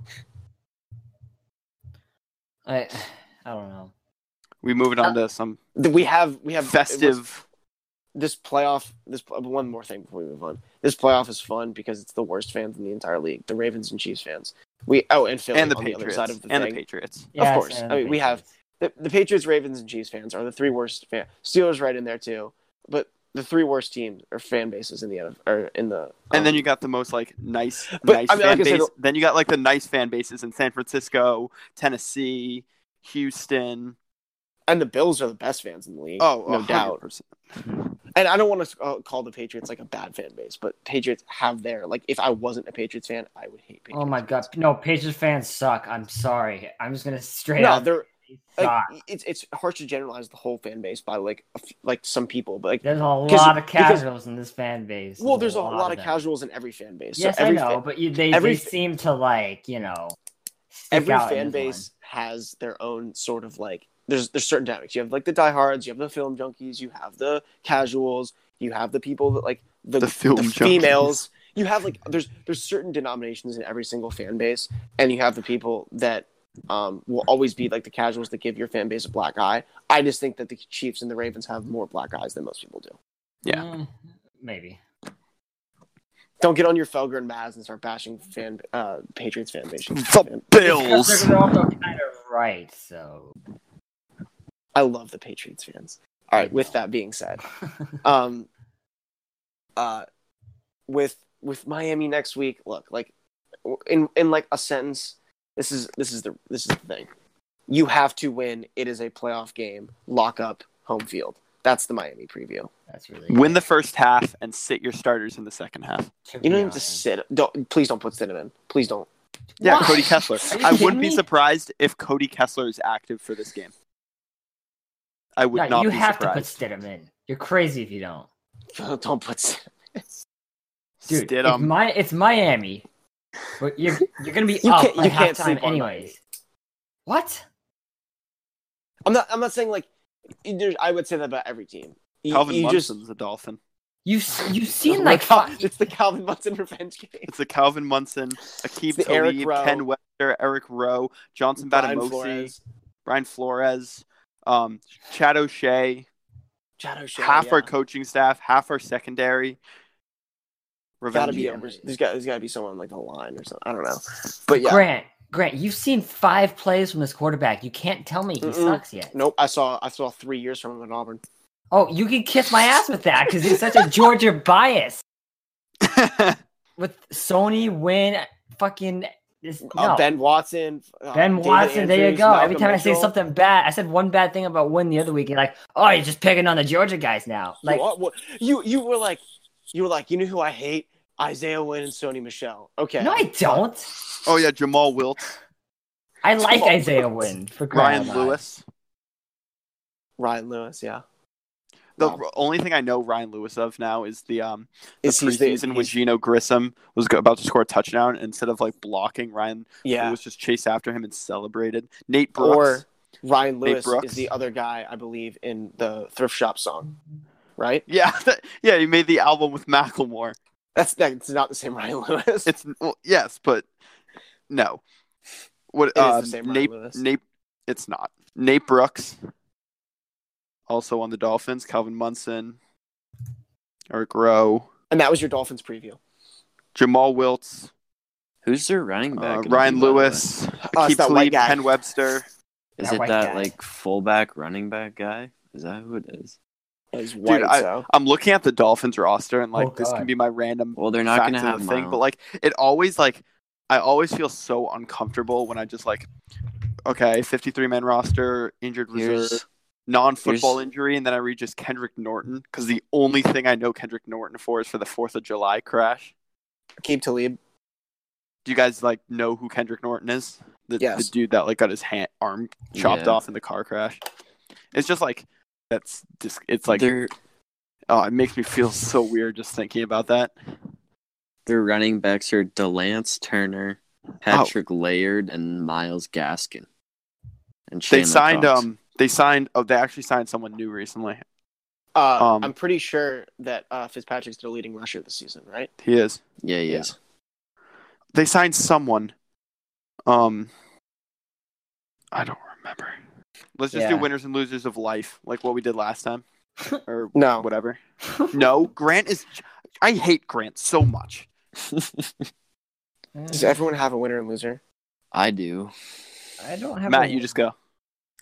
S6: I, I don't know.
S5: We moving on to some
S3: th- we have we have Uh, it was-
S5: festive.
S3: This playoff. This uh, one more thing before we move on. This playoff is fun because it's the worst fans in the entire league, the Ravens and Chiefs fans. We oh and Philly
S5: and the
S3: on the other
S5: Patriots.
S3: side of the
S5: and
S3: thing.
S5: the Patriots.
S6: Yeah,
S3: course.
S6: so
S3: I mean, we have- the, the Patriots, Ravens, and Chiefs fans are the three worst fan. Steelers right in there too, but the three worst teams or fan bases in the NFL or in the.
S5: And then you got the most like nice,
S3: Um, But,
S5: nice
S3: I mean,
S5: fan
S3: like I said-
S5: base. then you got like the nice fan bases in San Francisco, Tennessee, Houston.
S3: and the Bills are the best fans in the league.
S5: Oh,
S3: no
S5: 100%.
S3: doubt. and I don't want to uh, call the Patriots like a bad fan base, but Patriots have their like. If I wasn't a Patriots fan, I would hate Patriots.
S6: Oh my god, no! Patriots fans suck. I'm sorry. I'm just gonna straight
S3: No,
S6: up.
S3: they're
S6: They
S3: like,
S6: suck.
S3: it's it's harsh to generalize the whole fan base by like a f- like some people, but like
S6: There's a
S3: 'cause-
S6: lot of
S3: because-
S6: casuals in this fan base.
S3: well, there's a lot of
S6: them.
S3: casuals in every fan base.
S6: Yes,
S3: so every
S6: I know,
S3: fa-
S6: but you, they,
S3: every
S6: they
S3: fa-
S6: seem to like you know. stick
S3: every
S6: out in
S3: fan
S6: this one.
S3: base has their own sort of like there's there's certain dynamics. You have like the diehards, you have the film junkies, you have the casuals, you have the people that like the,
S5: The film
S3: the
S5: junkies.
S3: females. You have like there's there's certain denominations in every single fan base, and you have the people that um, will always be like the casuals that give your fan base a black eye. I just think that the Chiefs and the Ravens have more black eyes than most people do.
S5: Yeah.
S6: Mm, maybe.
S3: Don't get on your Felger and Maz and start bashing fan uh, Patriots fan base.
S5: The
S6: Because
S5: Bills.
S6: They're also kind of right, so
S3: I love the Patriots fans. All right. With that being said, um uh with with Miami next week look like in in like a sentence this is this is the this is the thing you have to win it is a playoff game lock up home field that's the Miami preview
S6: that's really.
S5: Win the first half and sit your starters in the second half.
S6: to
S3: you
S6: be
S3: don't have to
S6: honest.
S3: sit don't please don't put cinnamon please don't
S5: Yeah,
S6: Why?
S5: Cody Kessler.
S6: Are you
S5: I
S6: kidding
S5: wouldn't be
S6: me?
S5: surprised if Cody Kessler is active for this game. I would
S6: Yeah,
S5: not
S6: you
S5: be
S6: have to put
S5: surprised.
S6: Stidham in. You're crazy if you don't,
S3: don't put cinnamon.
S6: dude. It's,
S5: Stidham.
S6: Mi- it's Miami, but you're you're gonna be
S3: You
S6: up
S3: can't-
S6: by
S3: you can't
S6: halftime
S3: sleep on
S6: anyways. What?
S3: I'm not I'm not saying like there's- I would say that about every team you,
S5: Calvin
S3: you just
S5: Munson's a dolphin.
S6: You s- you've seen like
S3: Cal-
S6: five-
S3: it's the Calvin Munson revenge game
S5: It's the Calvin Munson, Akib
S3: It's the Eric
S5: Talib,
S3: Rowe.
S5: Ken Webster, Eric Rowe, Johnson
S3: Brian
S5: Batamosi,
S3: Flores
S5: Brian Flores, um, Chad O'Shea.
S3: Chad O'Shea,
S5: half
S3: yeah.
S5: our coaching staff, half our secondary.
S3: gotta
S5: Revenge.
S3: be
S6: Yeah.
S3: over. There's got there's gotta be someone like a line or something. I don't know. But yeah,
S6: Grant. Grant, you've seen five plays from this quarterback. You can't tell me he
S3: Mm-mm.
S6: sucks yet.
S3: Nope, I saw I saw three years from him at Auburn.
S6: Oh, you can kiss my ass with that because he's such a Georgia bias with Sony win fucking this. No.
S3: Uh, ben Watson. uh,
S6: Ben
S3: David
S6: Watson, there you
S3: Andrews,
S6: go. Every
S3: Malcolm
S6: time I say
S3: Mitchell.
S6: something bad, I said one bad thing about Win the other week. You're like, oh, you're just picking on the Georgia guys now. Like,
S3: you, are- well, you you were like you were like you know who I hate Isaiah Wynn and Sony Michelle. Okay,
S6: no, I don't.
S5: oh yeah, Jamal Wilts,
S6: I like
S3: Come on,
S6: Isaiah Wynn for crying
S5: Ryan
S6: out loud.
S5: Lewis.
S3: Ryan Lewis. Yeah,
S5: The
S3: Wow.
S5: only thing I know Ryan Lewis of now is the um the
S3: Is he's the-
S5: preseason when
S3: he's-
S5: Geno Grissom was go- about to score a touchdown instead of like blocking Ryan
S3: yeah.
S5: Lewis just chased after him and celebrated. Nate Brooks.
S3: Or Ryan
S5: Nate
S3: Lewis
S5: Brooks.
S3: is the other guy I believe in the thrift shop song, right?
S5: Yeah, that- yeah, he made the album with Macklemore.
S3: That's that's not the same Ryan Lewis.
S5: It's well, yes, but no. What
S3: It is the
S5: um,
S3: same Ryan
S5: Nate,
S3: Lewis.
S5: Nate? It's not Nate Brooks. Also on the Dolphins, Calvin Munson, Eric Rowe,
S3: and that was your Dolphins preview.
S5: Jamal Wilts,
S4: Who's their running
S5: uh,
S4: back? gonna
S5: Ryan
S4: be, by the way?
S5: Lewis,
S3: Oh, it's
S5: Akeem
S3: that white
S5: Talib,
S3: guy.
S5: Penn Webster.
S4: Is
S6: That
S4: it
S6: white
S4: that
S6: guy.
S4: like fullback running back guy? Is that who it is?
S3: It's white,
S5: I-
S3: so.
S5: I'm looking at the Dolphins roster, and like
S6: Oh,
S5: this
S6: God.
S5: can be my random
S4: Well, they're not
S5: fact
S4: gonna
S5: of
S4: have
S5: the thing,
S4: Miles.
S5: but like it always like I always feel so uncomfortable when I just like okay, 53 man roster, injured reserve,
S4: Here's-
S5: non-football
S4: here's-
S5: injury and then I read just Kendrick Norton cuz the only thing I know Kendrick Norton for is for the 4th of July crash.
S3: Keep Talib.
S5: Do you guys like know who Kendrick Norton is? The, the
S3: Yes.
S5: dude that like got his hand arm chopped
S4: Yeah.
S5: off in the car crash. It's just like that's just it's like
S4: their
S5: oh, it makes me feel so weird just thinking about that.
S4: their running backs are Delance Turner,
S5: Oh.
S4: Patrick Laird, and Miles Gaskin. And
S5: They
S4: Chandler
S5: signed
S4: Cox.
S5: um they signed oh they actually signed someone new recently.
S3: Uh,
S5: Um,
S3: I'm pretty sure that uh, Fitzpatrick's their leading rusher this season, right?
S5: He is.
S4: Yeah, he
S3: yeah.
S4: is.
S5: They signed someone. Um, I don't remember. Let's just do
S6: Yeah.
S5: winners and losers of life, like what we did last time, or
S3: No,
S5: whatever. No, Grant is. I hate Grant so much.
S3: does everyone have a winner and loser?
S4: I do.
S6: I don't have
S5: Matt,
S6: a-
S5: you just go.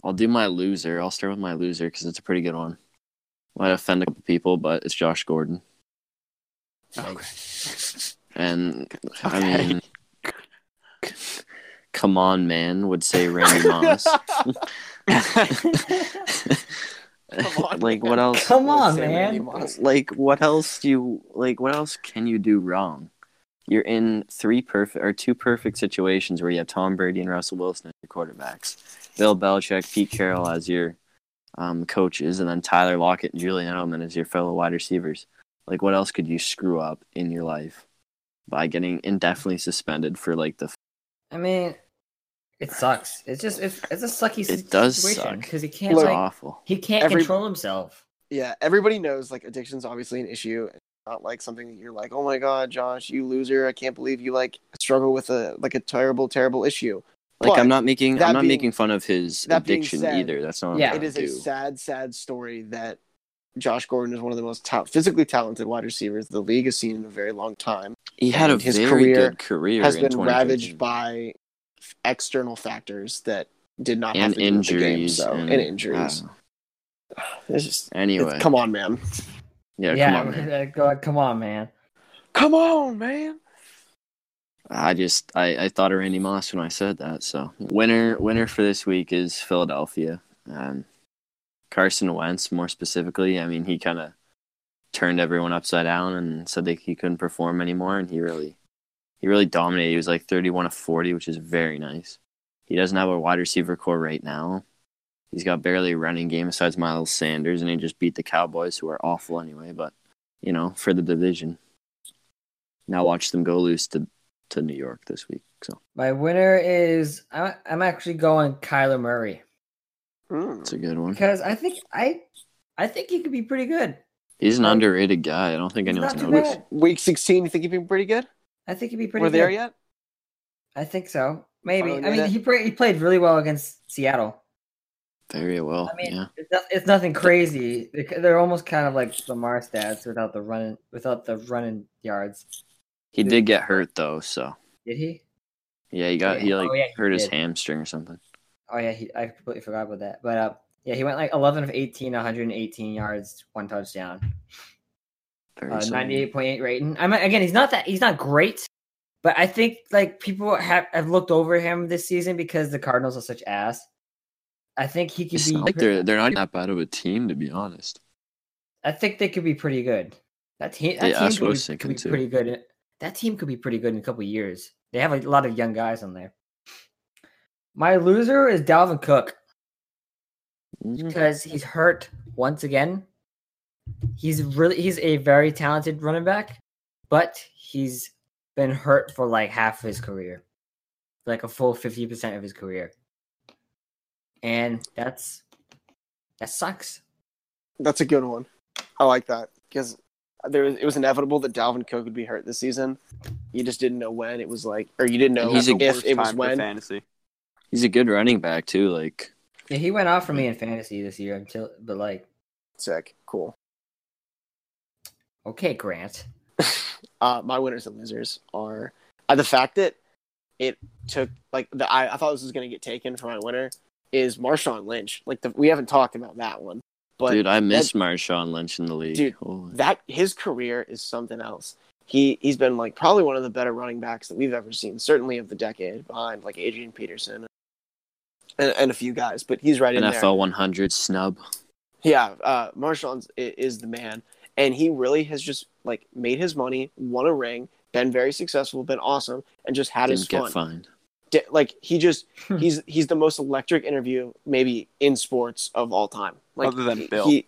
S4: I'll do my loser. I'll start with my loser because it's a pretty good one. Might offend a couple people, but it's Josh Gordon.
S5: Okay.
S4: And I
S5: Okay.
S4: mean, come on, man, would say Randy Moss.
S3: on,
S4: like
S3: man.
S4: what else?
S6: Come on,
S3: Say Randy
S6: man.
S3: Moss.
S4: Like what else do you like? What else can you do wrong? You're in three perfect or two perfect situations where you have Tom Brady and Russell Wilson as your quarterbacks, Bill Belichick, Pete Carroll as your um, coaches, and then Tyler Lockett and Julian Edelman as your fellow wide receivers. Like what else could you screw up in your life by getting indefinitely suspended for like the
S6: I mean, it sucks. It's just it's, it's a sucky s-
S4: It does
S6: situation
S4: suck.
S6: because he can't
S4: it's
S3: Look,
S6: like,
S4: awful.
S6: he can't
S3: every-
S6: control himself.
S3: Yeah, everybody knows like addiction's obviously an issue. It's not like something that you're like, oh my god, Josh, you loser! I can't believe you like struggle with a like a terrible, terrible issue.
S4: Like
S3: But
S4: I'm not making
S3: that
S4: I'm not
S3: being-
S4: making fun of his
S3: that being
S4: addiction
S3: said,
S4: either. That's not what
S6: yeah.
S4: I'm
S3: it is a
S4: do.
S3: sad, sad story that Josh Gordon is one of the most ta- physically talented wide receivers the league has seen in a very long time.
S4: He had a
S3: and his
S4: very
S3: career
S4: good career
S3: has
S4: in
S3: been
S4: 2013.
S3: ravaged by f- external factors that did not have
S4: and
S3: to injuries, do with the game, so,
S4: injuries
S3: and,
S4: and,
S3: injuries.
S4: wow.
S3: It's just, it's-
S4: anyway,
S3: come on, man.
S4: yeah, come on. man.
S6: go- come on, man.
S3: Come on, man.
S4: I just I, I thought of Randy Moss when I said that. So winner winner for this week is Philadelphia. Um, Carson Wentz, more specifically. I mean, he kind of turned everyone upside down and said that he couldn't perform anymore, and he really he really dominated. He was like thirty one of forty, which is very nice. He doesn't have a wide receiver core right now. He's got barely a running game besides Miles Sanders, and he just beat the Cowboys, who are awful anyway. But you know, for the division. Now watch them go loose to to New York this week. So
S6: My winner is I'm, I'm actually going Kyler Murray Hmm.
S4: it's a
S3: Hmm.
S4: good one.
S6: because I think I I think he could be pretty good.
S4: He's an underrated guy. I don't think
S6: He's
S4: anyone's
S6: not too
S4: noticed.
S6: bad.
S3: Week 16, you think you've been pretty good?
S6: I think he'd be pretty.
S3: We're there
S6: good.
S3: yet?
S6: I think so. Maybe.
S3: Oh,
S6: I
S3: yeah,
S6: mean,
S3: that-
S6: he pra- he played really well against Seattle.
S4: Very well.
S6: I mean,
S4: yeah.
S6: it's, not, it's nothing crazy. They're k- They're almost kind of like Lamar stats without the running without the running yards.
S4: He did get hurt though, so
S6: Did he?
S4: Yeah, he got he
S6: Yeah.
S4: like
S6: Oh, yeah, he
S4: hurt his
S6: did.
S4: hamstring or something.
S6: Oh yeah, he, I completely forgot about that. But uh, yeah, he went like 11 of 18, 118 yards, one touchdown,
S4: Very
S6: uh,
S4: solid.
S6: 98.8 rating. I mean, again, he's not that he's not great, but I think like people have, have looked over him this season because the Cardinals are such ass. I think he could
S4: It's
S6: be.
S4: not like they're they're not that bad of a team to be honest.
S6: I think they could be pretty good. That team, that
S4: Yeah,
S6: team
S4: that's
S6: could
S4: what I
S6: be-
S4: was
S6: could
S4: thinking
S6: be,
S4: too.
S6: pretty good. in- That team could be pretty good in a couple of years. They have a lot of young guys on there. My loser is Dalvin Cook
S3: Mm-hmm.
S6: because he's hurt once again. He's really he's a very talented running back, but he's been hurt for like half of his career, like a full fifty percent of his career, and that's that sucks.
S3: That's a good one. I like that because there was, it was inevitable that Dalvin Cook would be hurt this season. You just didn't know when it was like, or you didn't know
S4: And he's a-
S3: if it was when.
S5: fantasy.
S4: He's a good running back too. Like
S6: Yeah, he went off for me in fantasy this year until, but like,
S3: Sick, cool.
S6: okay, Grant.
S3: Uh, my winners and losers are uh, the fact that it took like the I, I thought this was going to get taken for my winner is Marshawn Lynch. Like the, we haven't talked about that one, but
S4: dude, I miss Marshawn Lynch in the league.
S3: Dude,
S4: Holy-
S3: that his career is something else. He he's been like probably one of the better running backs that we've ever seen, certainly of the decade, behind like Adrian Peterson and, and a few guys. But he's right in there.
S4: NFL 100 snub.
S3: Yeah, uh, Marshawn's i- is the man, and he really has just like made his money, won a ring, been very successful, been awesome, and just had his fun.
S4: Didn't get fined.
S3: Di- like he just
S6: Hmm.
S3: he's he's the most electric interview maybe in sports of all time. Like
S5: Other than
S3: he-
S5: Bill.
S3: he,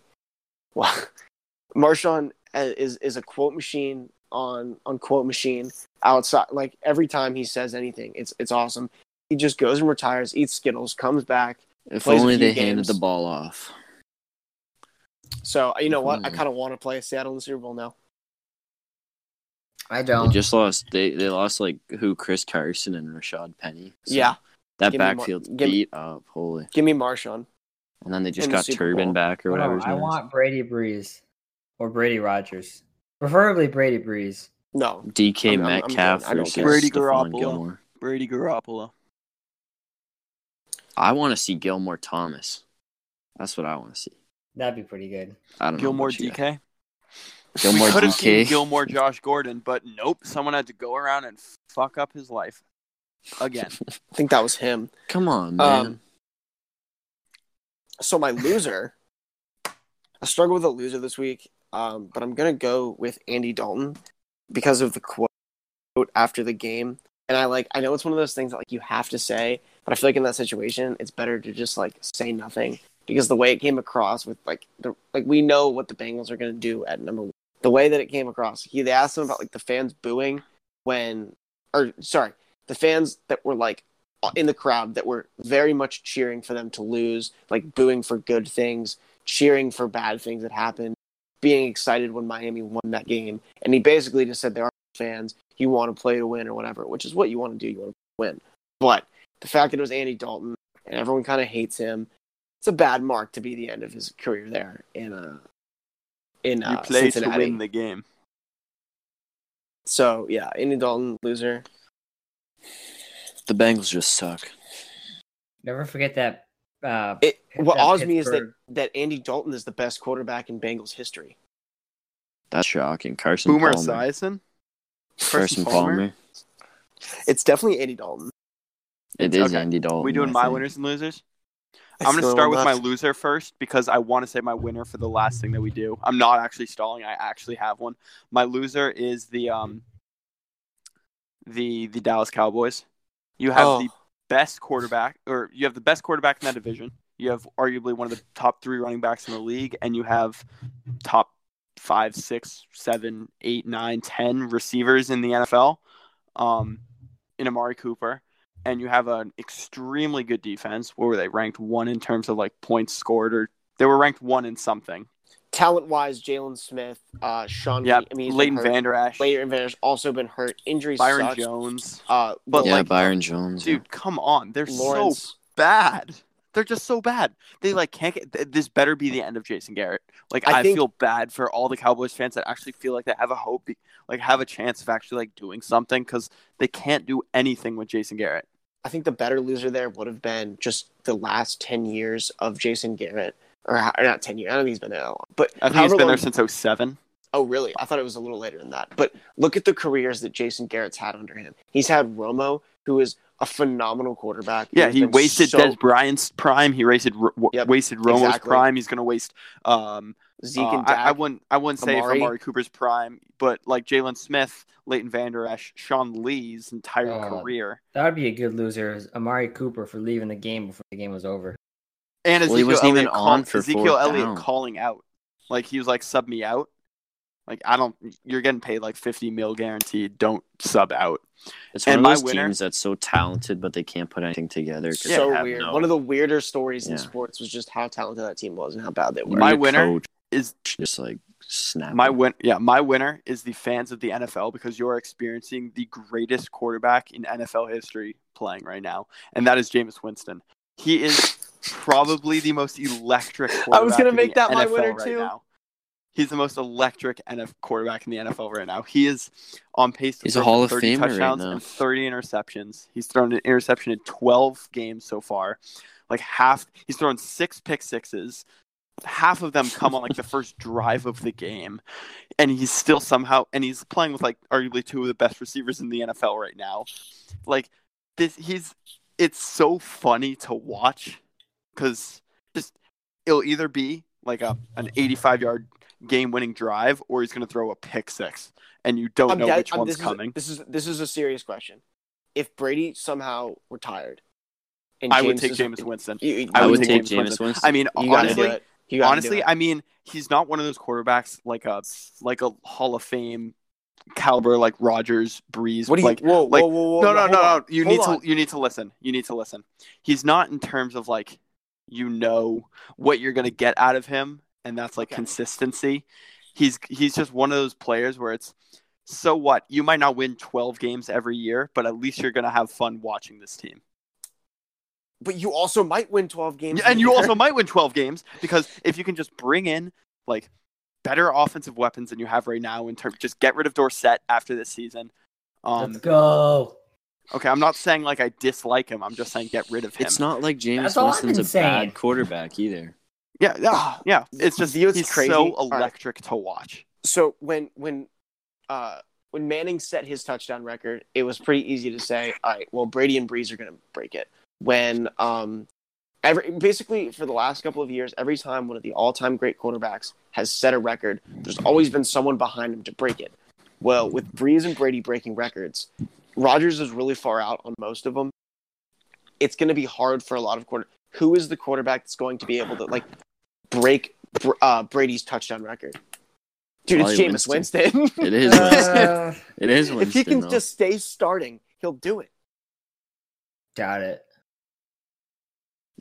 S3: well, Marshawn uh, is is a quote machine on on quote machine outside. Like every time he says anything, it's it's awesome. He just goes and retires, eats Skittles, comes back,
S4: If
S3: Plays a
S4: only
S3: few
S4: they handed
S3: games.
S4: the ball off.
S3: So you know what? I
S4: Mhm.
S3: kind of want to play Seattle in the Super Bowl now.
S6: I
S4: They
S6: don't.
S4: just lost. They they lost like who? Chris Carson and Rashad Penny. So
S3: yeah,
S4: that
S3: Give me Mar-
S4: backfield's
S3: give me-
S4: beat up. Holy,
S3: give me Marshawn.
S4: and then they just
S3: In the
S4: got
S3: Super
S4: Turbin
S3: Bowl.
S4: back or
S6: Hold on,
S4: whatever. his
S6: I
S4: name is.
S6: want Brady Breeze or Brady Rogers, preferably Brady Breeze.
S3: No,
S4: DK
S3: I'm- I'm- I'm
S4: Metcalf
S3: done. I don't
S4: versus
S3: care.
S5: Brady
S4: Stephon
S5: Garoppolo.
S4: Gilmore.
S5: Brady Garoppolo.
S4: I want to see Gilmore Thomas. That's what I want to see.
S6: That'd be pretty good.
S4: I don't know.
S5: Gilmore
S4: about you guys.
S5: DK.
S4: Gilmore
S5: we could have seen
S4: DK.
S5: Gilmore Josh Gordon, but nope. Someone had to go around and fuck up his life again.
S3: I think that was him.
S4: Come on, Oh, man.
S3: Um, So my loser, I struggle with a loser this week, um, but I'm gonna go with Andy Dalton because of the quote after the game. And I like, I know it's one of those things that like you have to say, but I feel like in that situation, it's better to just like say nothing because the way it came across with like the like we know what the Bengals are gonna do at number one. The way that it came across, he they asked him about like the fans booing when, or sorry, the fans that were like in the crowd that were very much cheering for them to lose, like booing for good things, cheering for bad things that happened, being excited when Miami won that game. And he basically just said, there are fans, you want to play to win or whatever, which is what you want to do. You want to win. But the fact that it was Andy Dalton and everyone kind of hates him, it's a bad mark to be the end of his career there in, uh, in
S5: you
S3: uh,
S5: play
S3: Cincinnati.
S5: to win the game.
S3: So, yeah, Andy Dalton, loser.
S4: the Bengals just suck.
S6: Never forget that. Uh,
S3: It, what
S6: that
S3: awes me is that,
S6: Pittsburgh-
S3: that Andy Dalton is the best quarterback in Bengals history.
S4: That's shocking. Carson
S5: Boomer
S4: Palmer.
S5: Esiason.
S4: Carson Palmer.
S3: It's definitely Andy Dalton.
S4: It is
S5: Okay.
S4: Andy Dalton.
S5: We doing
S4: I
S5: my
S4: think.
S5: winners and losers? I'm going to start with my loser first because I want to say my winner for the last thing that we do. I'm not actually stalling. I actually have one. My loser is the um the the Dallas Cowboys. You have the best quarterback or you have the best quarterback in that division. You have arguably one of the top 3 running backs in the league and you have top five, six, seven, eight, nine, ten receivers in the NFL. Um in Amari Cooper and you have an extremely good defense. What were they ranked one in terms of like points scored, or they were ranked one in something?
S3: talent wise, Jalen Smith, uh, Sean.
S5: Yeah,
S3: Lee- I mean, he's
S5: Leighton
S3: been hurt.
S5: Vander Ash,
S3: Leighton Van Vander's also been hurt. Injuries.
S5: Byron
S3: sucked.
S5: Jones.
S3: Uh,
S5: But
S4: Yeah,
S5: like,
S4: Byron Jones.
S5: dude, come on, they're
S3: Lawrence.
S5: so bad. They're just so bad. They like can't get. th- This better be the end of Jason Garrett. Like
S3: I
S5: I,
S3: think-
S5: feel bad for all the Cowboys fans that actually feel like they have a hope, be- like have a chance of actually like doing something because they can't do anything with Jason Garrett.
S3: I think the better loser there would have been just the last 10 years of Jason Garrett. Or, ho- or not 10 years. I don't think he's been there that long. But
S5: I think
S3: however
S5: he's been
S3: long-
S5: there since 07.
S3: Oh, really? I thought it was a little later than that. But look at the careers that Jason Garrett's had under him. He's had Romo, who is a phenomenal quarterback. who
S5: Yeah,
S3: has
S5: he
S3: been
S5: wasted
S3: so-
S5: Des Bryant's prime. He wasted R- w-
S3: Yep,
S5: wasted Romo's
S3: exactly.
S5: prime. He's gonna waste um,
S3: Zeke
S5: Uh,
S3: and
S5: I,
S3: Dak.
S5: I wouldn't. I wouldn't say for
S3: Amari.
S5: Amari Cooper's prime, but like Jalen Smith, Leighton Vander Esch, Sean Lee's entire
S6: Oh.
S5: career,
S6: That would be a good loser, is Amari Cooper for leaving the game before the game was over.
S5: and
S4: Well,
S5: Ezekiel
S4: he wasn't even
S5: Elliott, call-
S4: on for
S5: Ezekiel
S4: fourth
S5: Elliott
S4: down.
S5: calling out, like he was like sub me out. Like I don't. You're getting paid like 50 mil guaranteed. Don't sub out.
S4: It's one
S5: And my
S4: of those
S5: winner-
S4: teams that's so talented, but they can't put anything together. 'cause
S3: so
S4: they have
S3: weird.
S4: no-
S3: One of the weirder stories in
S4: Yeah.
S3: sports was just how talented that team was and how bad they
S4: you
S3: were.
S5: My
S4: need a
S5: winner
S4: coach
S5: Is
S4: just like snap.
S5: my
S4: it.
S5: win? Yeah, my winner is the fans of the NFL because you are experiencing the greatest quarterback in NFL history playing right now, and that is Jameis Winston. He is probably the most electric.
S3: I was
S5: quarterback
S3: gonna
S5: in
S3: make
S5: the
S3: that my
S5: NFL
S3: winner,
S5: right
S3: too.
S5: now. He's the most electric NFL quarterback in the NFL right now. He is on pace to
S4: He's a
S5: throw
S4: Hall of
S5: 30
S4: Famer right
S5: touchdowns
S4: now.
S5: and 30 interceptions. He's thrown an interception in 12 games so far. Like half, he's thrown six pick sixes. Half of them come on like the first drive of the game, and he's still somehow and he's playing with like arguably two of the best receivers in the NFL right now. Like this, he's it's so funny to watch because just it'll either be like a an 85 yard game winning drive or he's going to throw a pick six and you don't know
S3: guess-
S5: which one's
S3: this is-
S5: coming.
S3: this is this is a serious question. If Brady somehow retired, and
S5: I would take
S3: is-
S5: Jameis Winston.
S3: you- you-
S4: I,
S5: I
S4: would,
S5: would
S4: take
S5: take Jameis
S4: Jameis Winston.
S5: I mean,
S3: you gotta do
S5: honestly,
S3: it. You gotta do
S5: honestly,
S3: it.
S5: I mean, he's not one of those quarterbacks like a like a Hall of Fame caliber like Rodgers, Breeze.
S3: what do you?
S5: like,
S3: whoa,
S5: like-
S3: whoa, whoa, whoa,
S5: no, no,
S3: hold
S5: no,
S3: on.
S5: no. You
S3: Hold
S5: need
S3: on.
S5: to you need to listen. You need to listen. He's not in terms of like you know what you're gonna get out of him, and that's like
S3: Okay.
S5: consistency. He's he's just one of those players where it's so what you might not win 12 games every year, but at least you're gonna have fun watching this team.
S3: But you also might win twelve games,
S5: Yeah, and
S3: in a
S5: you
S3: year.
S5: also might win 12 games because if you can just bring in like better offensive weapons than you have right now in terms just get rid of Dorsett after this season. Um,
S6: Let's go.
S5: okay, I'm not saying like I dislike him. I'm just saying get rid of him.
S4: it's not like
S6: That's
S4: Jameis
S6: all I've
S4: Winston's a
S6: been saying.
S4: bad quarterback either.
S5: Yeah, yeah, yeah. It's just
S3: You know what's
S5: he's
S3: crazy?
S5: so
S3: All right.
S5: electric to watch.
S3: so when when uh when Manning set his touchdown record, it was pretty easy to say, all right, well Brady and Breeze are going to break it. When um every basically for the last couple of years, every time one of the all-time great quarterbacks has set a record, there's always been someone behind him to break it. Well, with Breeze and Brady breaking records, Rodgers is really far out on most of them. It's going to be hard for a lot of quarter. Who is the quarterback that's going to be able to like break Br- uh, Brady's touchdown record? Dude, it's
S4: Probably
S3: Jameis Winston.
S4: It is. Winston.
S6: Uh,
S4: It is Winston.
S3: if he can
S4: though.
S3: just stay starting, he'll do it.
S6: doubt it.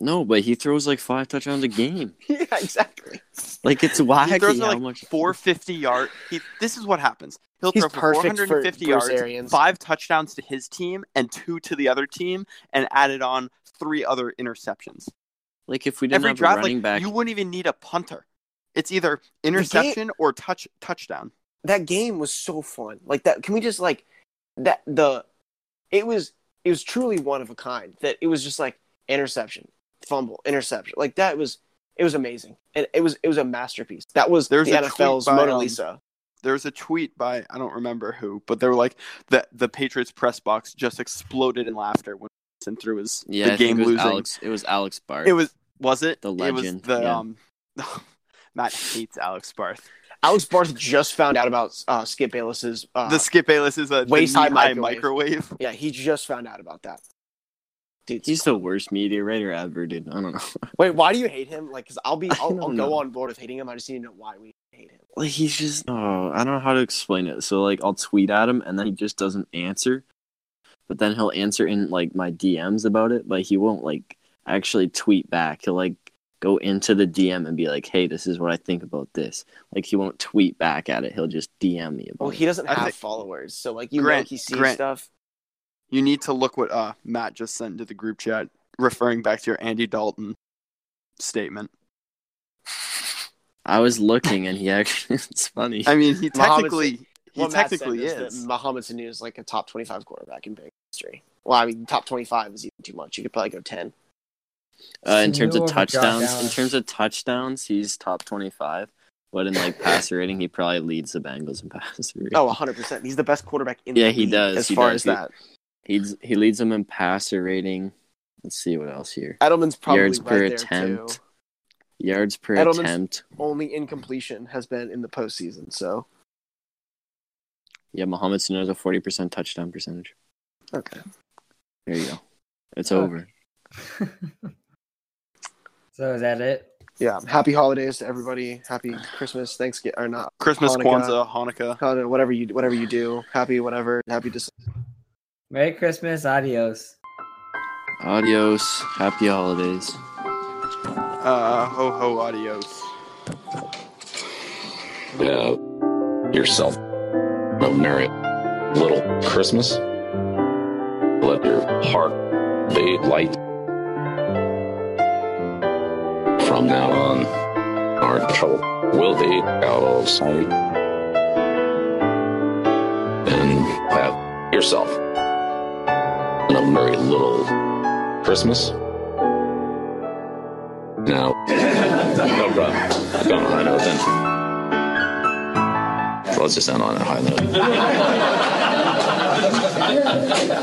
S4: no, but he throws like five touchdowns a game.
S3: yeah, exactly.
S4: Like it's
S5: He
S4: wacky
S5: throws for,
S4: how
S5: like
S4: much.
S5: 450 yard. He, this is what happens. He'll
S3: He's
S5: throw for
S3: perfect for
S5: 450
S3: Bruce
S5: yards,
S3: Arians.
S5: five touchdowns to his team, and two to the other team, and added on three other interceptions.
S4: Like if we didn't
S5: Every
S4: have a
S5: drive,
S4: running
S5: like
S4: back,
S5: you wouldn't even need a punter. It's either interception or touch touchdown.
S3: That game was so fun. Like that. Can we just like that? The it was it was truly one of a kind. That it was just like interception, fumble, interception. Like that was it was amazing. And it was it was a masterpiece. That was
S5: There's
S3: the
S5: a tweet
S3: NFL's
S5: by,
S3: Mona
S5: um,
S3: Lisa.
S5: There was a tweet by I don't remember who, but they were like the the Patriots press box just exploded in laughter when Winston threw his
S4: yeah,
S5: the
S4: I
S5: game
S4: think it was
S5: losing.
S4: Alex. It was Alex Barr.
S5: It was was it
S4: The
S5: It was
S4: legend,
S5: the
S4: yeah.
S5: um, Matt hates Alex Barth.
S3: Alex Barth just found out about uh, Skip Bayless's. Uh,
S5: the Skip Bayless is a
S3: waist high
S5: waist-high
S3: microwave.
S5: microwave.
S3: yeah, he just found out about that. Dude,
S4: He's the worst media writer ever, dude. I don't know.
S3: wait, why do you hate him? Like, cause I'll be,
S4: I
S3: I'll, I'll
S4: don't
S3: go
S4: know.
S3: on board with hating him. I just need to know why we hate him.
S4: Like he's just oh, I don't know how to explain it. So like I'll tweet at him and then he just doesn't answer. But then he'll answer in like my DMs about it, but he won't like actually tweet back. He'll like go into the DM and be like, "Hey, this is what I think about this." Like he won't tweet back at it. He'll just DM me about
S3: Well, he doesn't
S5: I
S3: have
S5: think-
S3: followers, so like you
S5: Grant-
S3: know he sees
S5: Grant-
S3: stuff.
S5: You need to look what uh, Matt just sent into the group chat referring back to your Andy Dalton statement.
S4: I was looking, and he actually. It's funny.
S5: I mean, he
S3: Muhammad's-
S5: technically he
S3: What Matt said
S5: technically
S3: that
S5: is.
S3: Mohamed Sanu is like a top 25 quarterback in Bengals history. Well, I mean, top 25 is even too much. You could probably go 10.
S4: Uh, in terms
S6: Sanu
S4: of
S6: over Josh
S4: touchdowns, in
S6: Allen.
S4: terms of touchdowns, he's top twenty-five. But in like passer rating, he probably leads the Bengals in passer rating.
S3: Oh, 100%. He's the best quarterback in
S4: Yeah,
S3: the
S4: he
S3: league
S4: does.
S3: as
S4: He
S3: far
S4: does.
S3: as
S4: He-
S3: that.
S4: He's he leads them in passer rating. Let's see what else here.
S3: Edelman's probably
S4: yards
S3: right
S4: per
S3: there
S4: attempt.
S3: too.
S4: Yards per
S3: Edelman's-
S4: attempt.
S3: Only incompletion has been in the postseason, so
S4: Yeah, Mohamed Sanu has a forty percent touchdown percentage.
S3: okay.
S4: There you go. It's
S6: Okay.
S4: over.
S6: So is that it?
S3: Yeah, happy holidays to everybody. Happy Christmas, Thanksgiving, or not
S5: Christmas,
S3: Hanukkah.
S5: Kwanzaa, Hanukkah.
S3: Hanukkah, whatever you whatever you do. Happy whatever. Happy December.
S6: Merry Christmas. Adios.
S4: Adios. Happy holidays.
S5: Uh, ho ho, adios.
S7: uh, yourself a merry little Christmas. Let your heart be light. From now on, our trouble will be out of sight. And have yourself a merry little Christmas. Now, no problem. Don't I know then. Let's just end on a high note.